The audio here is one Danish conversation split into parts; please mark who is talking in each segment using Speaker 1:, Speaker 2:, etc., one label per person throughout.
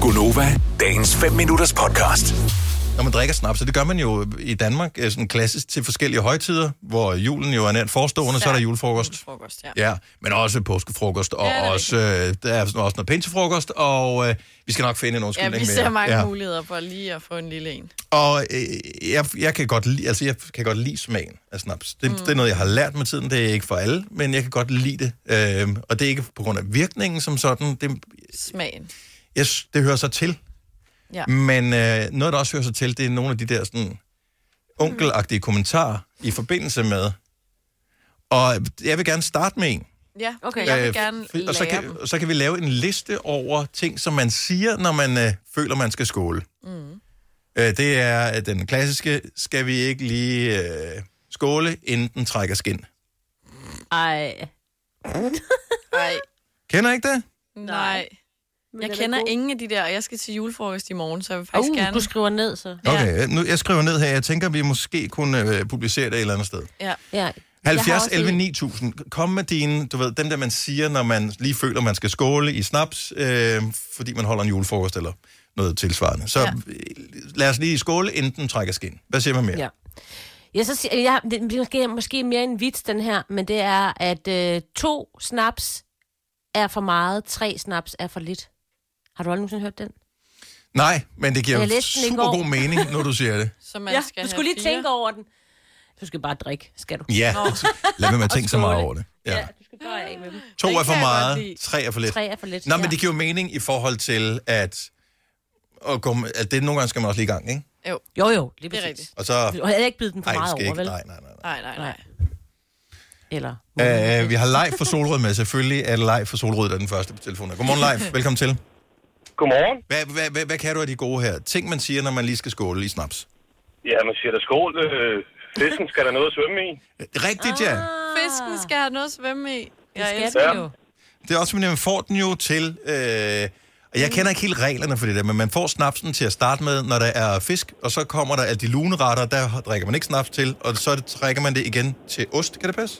Speaker 1: Gunova, dagens 5 minutters podcast.
Speaker 2: Når man drikker snaps, og det gør man jo i Danmark øh, sådan klassisk til forskellige højtider, hvor julen jo er nært forestående, så er der julefrokost.
Speaker 3: Frokost, ja.
Speaker 2: Ja, men også påskefrokost, og
Speaker 3: Ja, det er
Speaker 2: ja, også, øh, der er sådan også noget pinsefrokost, og øh, vi skal nok finde en
Speaker 3: Ja,
Speaker 2: undskyldning
Speaker 3: vi ser
Speaker 2: mere.
Speaker 3: mange ja. muligheder for lige at få en lille en.
Speaker 2: Og øh, jeg, jeg, kan godt lide, altså, jeg kan godt lide smagen af snaps. Det, mm. det er noget, jeg har lært med tiden. Det er ikke for alle, men jeg kan godt lide det. Øh, og det er ikke på grund af virkningen som sådan. Det,
Speaker 3: Smagen.
Speaker 2: jeg, s- det hører sig til.
Speaker 3: Ja.
Speaker 2: Men øh, noget, der også hører sig til, det er nogle af de der sådan onkelagtige kommentarer i forbindelse med. Og jeg vil gerne starte med en.
Speaker 3: Ja,
Speaker 4: Okay.
Speaker 3: jeg vil
Speaker 2: Øh,
Speaker 3: gerne
Speaker 2: f- og så
Speaker 3: lære
Speaker 2: kan,
Speaker 3: dem.
Speaker 2: og så kan vi lave en liste over ting, som man siger, når man øh, føler, man skal skåle. Mm. Øh, det er øh, den klassiske, skal vi ikke lige øh, skåle, inden den trækker skin.
Speaker 4: Ej.
Speaker 3: Nej,
Speaker 2: Kender I ikke det?
Speaker 3: nej. Jeg kender ingen af de der, og jeg skal til julefrokost i morgen, så jeg vil faktisk
Speaker 4: Uh,
Speaker 3: gerne...
Speaker 4: du skriver ned, så.
Speaker 2: Okay, øh, nu, jeg skriver ned her. Jeg tænker, vi måske kunne øh, publicere det et eller andet sted.
Speaker 3: Ja.
Speaker 4: Ja.
Speaker 2: 70,
Speaker 4: også
Speaker 2: 11,
Speaker 4: en.
Speaker 2: 9000. Kom med dine, du ved, dem der man siger, når man lige føler, man skal skåle i snaps, øh, fordi man holder en julefrokost eller noget tilsvarende. Så ja.
Speaker 3: Ja.
Speaker 2: lad os lige skåle, inden den trækker skin. Hvad siger man mere? Ja.
Speaker 4: Ja. Ja, så siger, ja, det bliver måske, måske mere en vits, den her, men det er, at øh, to snaps er for meget, tre snaps er for lidt. Har du aldrig nogensinde hørt den?
Speaker 2: Nej, men det giver
Speaker 4: Jeg læste den i
Speaker 2: super
Speaker 4: går.
Speaker 2: god mening, når du siger det.
Speaker 3: Så man skal
Speaker 4: du
Speaker 3: have
Speaker 4: skulle lige
Speaker 3: fire.
Speaker 4: tænke over den. Du skal bare drikke, skal du?
Speaker 2: Ja, lad være med at tænke så meget
Speaker 4: skåle.
Speaker 2: over det. Ja.
Speaker 4: du skal bare af med dem.
Speaker 2: To
Speaker 3: Den
Speaker 2: er for
Speaker 3: kan jeg godt
Speaker 2: meget,
Speaker 3: lide.
Speaker 2: tre er for lidt.
Speaker 4: Tre er for lidt.
Speaker 2: Nå, men det giver jo mening i forhold til, at, at, gå med, at det nogle gange skal man også lige i gang, ikke?
Speaker 3: Jo,
Speaker 4: Jo, jo, lige
Speaker 3: det er
Speaker 4: præcis.
Speaker 3: rigtigt.
Speaker 2: Og så...
Speaker 4: Du har heller ikke bidt den for
Speaker 2: Ej, det
Speaker 4: meget
Speaker 2: skal
Speaker 4: over,
Speaker 2: ikke.
Speaker 4: vel?
Speaker 2: Nej, nej, nej. nej.
Speaker 3: Nej, nej, nej.
Speaker 4: Ah. Eller...
Speaker 2: Øh, vi har live for Solrød med. Selvfølgelig er det live for Solrød, der er den første på telefonen. Godmorgen live. Velkommen til.
Speaker 5: Godmorgen.
Speaker 2: Hvad, hvad, hvad, hvad kan du af de gode her? Ting, man siger, når man lige skal skåle i snaps.
Speaker 5: Ja, man siger da skål. Øh, fisken skal der noget at svømme i.
Speaker 2: Øh, Rigtigt, ja.
Speaker 3: Fisken skal have noget at svømme i.
Speaker 4: Det
Speaker 3: Jeg
Speaker 4: skal
Speaker 3: elsker
Speaker 4: den
Speaker 5: Ja.
Speaker 4: jo.
Speaker 2: Det er også, fordi man får den jo til... Øh, og jeg kender ikke helt reglerne for det der, men man får snapsen til at starte med, når der er fisk, og så kommer der alle de luneretter, der drikker man ikke snaps til, og så trækker man det igen til ost. Kan det passe?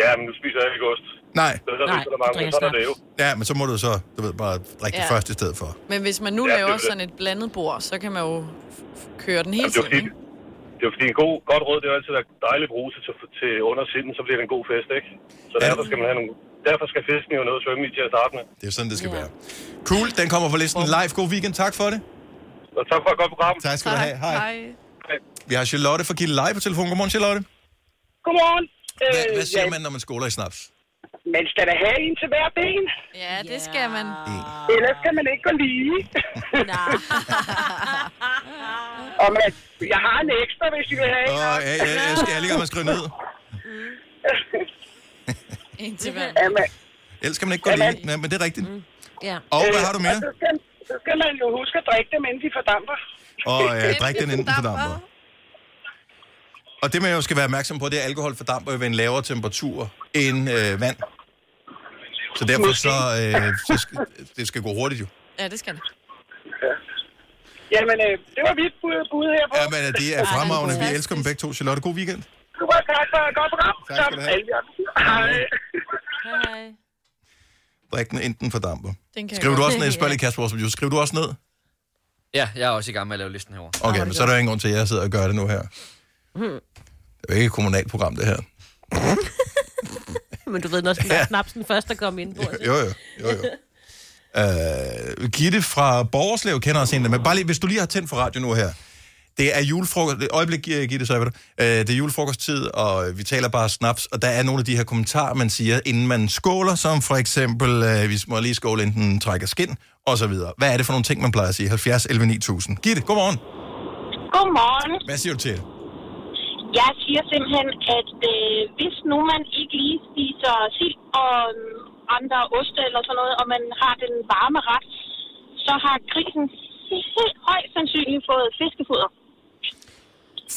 Speaker 5: Ja, men nu spiser jeg ikke ost.
Speaker 2: Nej.
Speaker 5: Så der
Speaker 4: Nej,
Speaker 5: spiser der mange,
Speaker 4: du
Speaker 5: men
Speaker 4: drikker
Speaker 5: sådan er det jo.
Speaker 2: Ja, men så må du så, du ved, bare drikke ja. det
Speaker 3: Ja.
Speaker 2: første i stedet for.
Speaker 3: Men hvis man nu
Speaker 5: Ja, det er
Speaker 3: laver
Speaker 5: det.
Speaker 3: sådan et blandet bord, så kan man jo f- f- køre den hele tiden,
Speaker 5: Jamen, det er jo fordi,
Speaker 3: ikke?
Speaker 5: det er jo fordi en god, godt råd, det er jo altid at dejlig bruse til, til under sinden, så bliver det en god fest, ikke? Så
Speaker 2: Ja.
Speaker 5: derfor skal man have nogle... Derfor skal fisken jo noget at svømme i til at starte med.
Speaker 2: Det er sådan, det skal ja. være. Cool, den kommer på listen live. God weekend, tak for det.
Speaker 5: Så tak for et godt program.
Speaker 2: Tak skal du have. Hej. Hej.
Speaker 3: Hej.
Speaker 2: Vi har Charlotte fra Gilleleje på telefonen. Godmorgen, Charlotte.
Speaker 6: Godmorgen. Øh,
Speaker 2: Hvad, hvad siger
Speaker 6: ja,
Speaker 2: man, når man skåler i snaps?
Speaker 6: Man skal da have en til hver ben.
Speaker 3: Ja, det skal man.
Speaker 2: Ah.
Speaker 6: Ellers kan man ikke gå lige. og man, jeg har en ekstra, hvis I vil have en.
Speaker 2: Åh, ja, ja, jeg skal jeg er lige om at skrive ned.
Speaker 3: En til hver.
Speaker 6: Ja, man,
Speaker 2: Ellers kan man ikke gå lige. Ja, men det er rigtigt.
Speaker 4: Ja.
Speaker 2: Og hvad har du
Speaker 6: og
Speaker 2: mere?
Speaker 6: så, skal, så skal man jo huske at drikke dem, inden de fordamper.
Speaker 2: Og ja, drik den inden fordamper. Og det, man jo skal være opmærksom på, det er, at alkohol fordamper jo ved en lavere temperatur end øh, vand. Så derfor så, øh, så skal, det skal gå hurtigt jo.
Speaker 3: Ja, det skal det.
Speaker 6: Jamen, øh, det var mit bud, bud her på.
Speaker 2: Ja, men øh, de er fremragende. Vi elsker dem begge to. Charlotte, god weekend.
Speaker 6: Super, tak for et godt program.
Speaker 2: Tak skal du have.
Speaker 6: Alle jer. Hej.
Speaker 4: Hej.
Speaker 2: Drik den inden fordamper.
Speaker 3: Den kan
Speaker 2: Skriver
Speaker 3: jeg
Speaker 2: du
Speaker 3: godt.
Speaker 2: også ned? Spørg lige Kasper, vores producer. skriver du også ned?
Speaker 7: Ja, jeg er også i gang med at lave listen herovre.
Speaker 2: Okay, men så er der ingen grund til, at jeg sidder og gør det nu her. Det er jo ikke et kommunalt program, det her.
Speaker 4: Men du ved, når skal ja. snapsen først, der kommer ind på.
Speaker 2: Jo, jo, jo, jo. Øh, Gitte fra Borgerslev kender os en, men bare lige, hvis du lige har tændt for radio nu her. Det er julefrokost, det- øjeblik, øh, Gitte, så er jeg ved dig. Øh, det er julefrokosttid, og øh, vi taler bare snaps, og der er nogle af de her kommentarer, man siger, inden man skåler, som for eksempel, øh, vi må lige skåle, inden den trækker skin, og så videre. Hvad er det for nogle ting, man plejer at sige? 70 11 9000. Gitte, godmorgen.
Speaker 8: Godmorgen.
Speaker 2: Hvad siger du til? det?
Speaker 8: Jeg siger simpelthen, at øh, hvis nu man ikke lige spiser sild og øh, andre oste eller sådan noget, og man har den varme ret, så har grisen helt højst sandsynligt fået fiskefoder.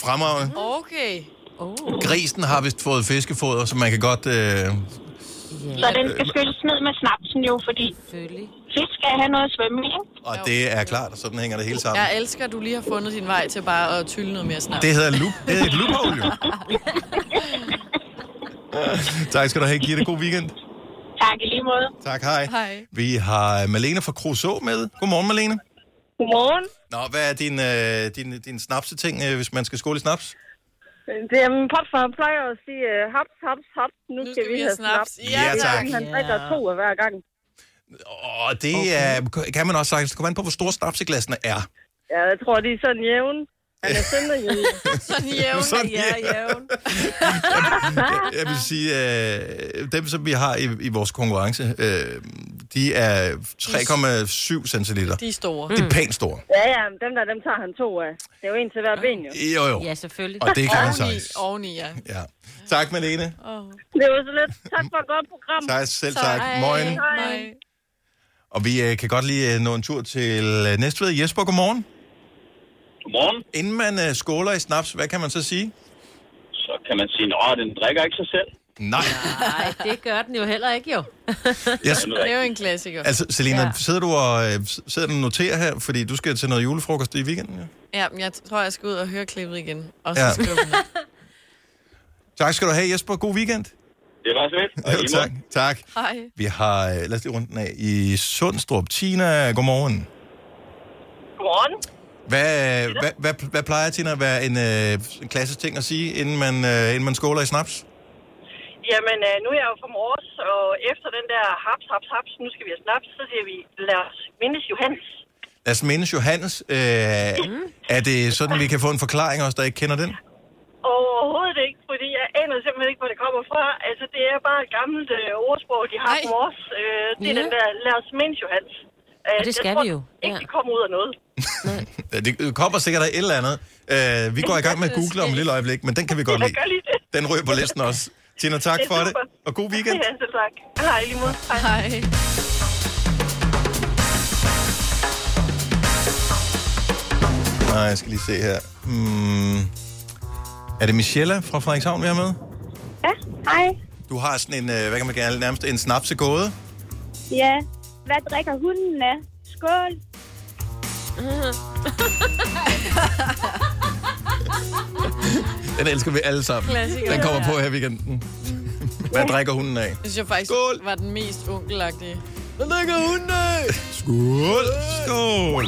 Speaker 2: Fremragende.
Speaker 3: Okay.
Speaker 2: Grisen har vist fået fiskefoder, så man kan godt... Øh,
Speaker 8: Så den skal skylles ned med snapsen jo, fordi
Speaker 4: Selvfølgelig.
Speaker 8: fisk skal have noget at svømme i. ikke?
Speaker 2: og det er klart, og sådan hænger det hele sammen.
Speaker 3: Jeg elsker, at du lige har fundet din vej til bare at tylle noget mere snart.
Speaker 2: Det hedder loop. Det er et loophole, jo. tak skal du have, Gitte. God weekend.
Speaker 8: Tak i lige måde.
Speaker 2: Tak, hej.
Speaker 3: Hej.
Speaker 2: Vi har Malene fra Kruså med. Godmorgen, Malene.
Speaker 9: Godmorgen.
Speaker 2: Nå, hvad er din, øh, din, din snapseting, øh, hvis man skal skåle i snaps?
Speaker 9: Det er min popfar plejer at sige, øh, haps, haps, haps, nu, nu skal vi, have snaps.
Speaker 2: Ja, Ja, tak. tak.
Speaker 9: Han drikker to af hver gang.
Speaker 2: Og det okay. er, kan man også sagtens komme an på, hvor store snapseglassene er.
Speaker 9: Ja, jeg tror, de er sådan jævn. Han er sønderjyde.
Speaker 3: sådan jævn,
Speaker 2: Sådan ja, jævn.
Speaker 9: jævn.
Speaker 2: Jeg vil sige, øh, dem, som vi har i, i vores konkurrence, øh, de er 3,7 centiliter.
Speaker 3: De er store.
Speaker 4: Mm.
Speaker 2: Det er pænt store.
Speaker 9: Ja, ja, men dem der, dem tager han to af. Det er jo en til hver ben, jo.
Speaker 2: Jo, jo.
Speaker 4: Ja, selvfølgelig.
Speaker 2: Og det kan man
Speaker 3: Oveni,
Speaker 2: sagtens.
Speaker 3: oveni, ja.
Speaker 2: Ja. Tak, Malene.
Speaker 3: Oh.
Speaker 9: Det var så lidt. Tak for et godt program.
Speaker 2: Tak, selv
Speaker 4: øh,
Speaker 2: tak. Moin.
Speaker 3: Hej.
Speaker 2: Og vi øh, kan godt lige øh, nå en tur til øh, Næstved. Jesper, godmorgen.
Speaker 5: Godmorgen.
Speaker 2: Inden man øh, skåler i snaps, hvad kan man så sige?
Speaker 5: Så kan man sige, at den drikker ikke sig selv.
Speaker 2: Nej.
Speaker 4: Nej, det gør den jo heller ikke, jo.
Speaker 2: Jeg,
Speaker 3: Det er jo en klassiker.
Speaker 2: altså, Selina,
Speaker 4: Ja.
Speaker 2: ja. sidder du og øh, sidder du og noterer her, fordi du skal til noget julefrokost i weekenden? Ja?
Speaker 3: Ja, men jeg tror, jeg skal ud og høre klippet igen. Og så
Speaker 2: Ja.
Speaker 3: ja. skrive den. ned.
Speaker 2: Tak skal du have, Jesper. God weekend.
Speaker 5: Det var så lidt. Og i
Speaker 2: tak.
Speaker 5: måde.
Speaker 2: tak.
Speaker 3: Hej.
Speaker 2: Vi har, øh, lad os lige runde den af, i Sundstrup. Tina, godmorgen.
Speaker 9: Godmorgen.
Speaker 2: Hvad, hvad, hvad, hvad plejer Tina at være en, øh, en klassisk ting at sige, inden man, øh, inden man skåler i snaps?
Speaker 9: Jamen, øh, nu er jeg jo fra Mors, og efter den der haps, haps, haps, nu skal vi have snaps, så siger vi, lad os mindes Johannes.
Speaker 2: Lad os Altså, mindes Johannes. Øh,
Speaker 9: Mhm.
Speaker 2: er det sådan, vi kan få en forklaring også, der ikke kender den?
Speaker 9: Overhovedet ikke, fordi jeg aner simpelthen ikke, hvor det kommer fra. Altså, det er bare et gammelt øh, ordsprog, de har
Speaker 3: Ej.
Speaker 9: på Mors. Øh, det er
Speaker 4: Ja.
Speaker 9: den der, lad os mindes Johannes. Øh,
Speaker 4: Og det
Speaker 9: jeg
Speaker 4: skal
Speaker 9: tror
Speaker 4: vi jo.
Speaker 9: Ikke,
Speaker 4: Ja.
Speaker 9: det kommer ud af noget.
Speaker 2: Øh, Det kommer sikkert af et eller andet. Øh, vi går i gang med at google om et lille øjeblik, men den kan vi godt lide.
Speaker 9: Jeg gør lige det.
Speaker 2: Den ryger på listen også. Tina, tak
Speaker 9: Det er
Speaker 2: for det,
Speaker 9: super.
Speaker 2: og god weekend.
Speaker 9: Ja, selv tak. Hej, lige måde. Hej.
Speaker 3: Hej.
Speaker 2: Nej, jeg skal lige se her. Hmm. Er det Michelle fra Frederikshavn, vi har med?
Speaker 10: Ja, hej.
Speaker 2: Du har sådan en, øh, hvad kan man kalde, det, nærmest en snapsegåde.
Speaker 10: Ja, hvad drikker hunden af? Skål.
Speaker 2: Den elsker vi alle sammen.
Speaker 3: Klassiker.
Speaker 2: Den kommer på her i weekenden. Hvad drikker hunden af?
Speaker 3: Det synes jeg faktisk
Speaker 2: Skål.
Speaker 3: Skål. var den mest onkelagtige.
Speaker 2: Hvad drikker hunden af? Skål! Skål!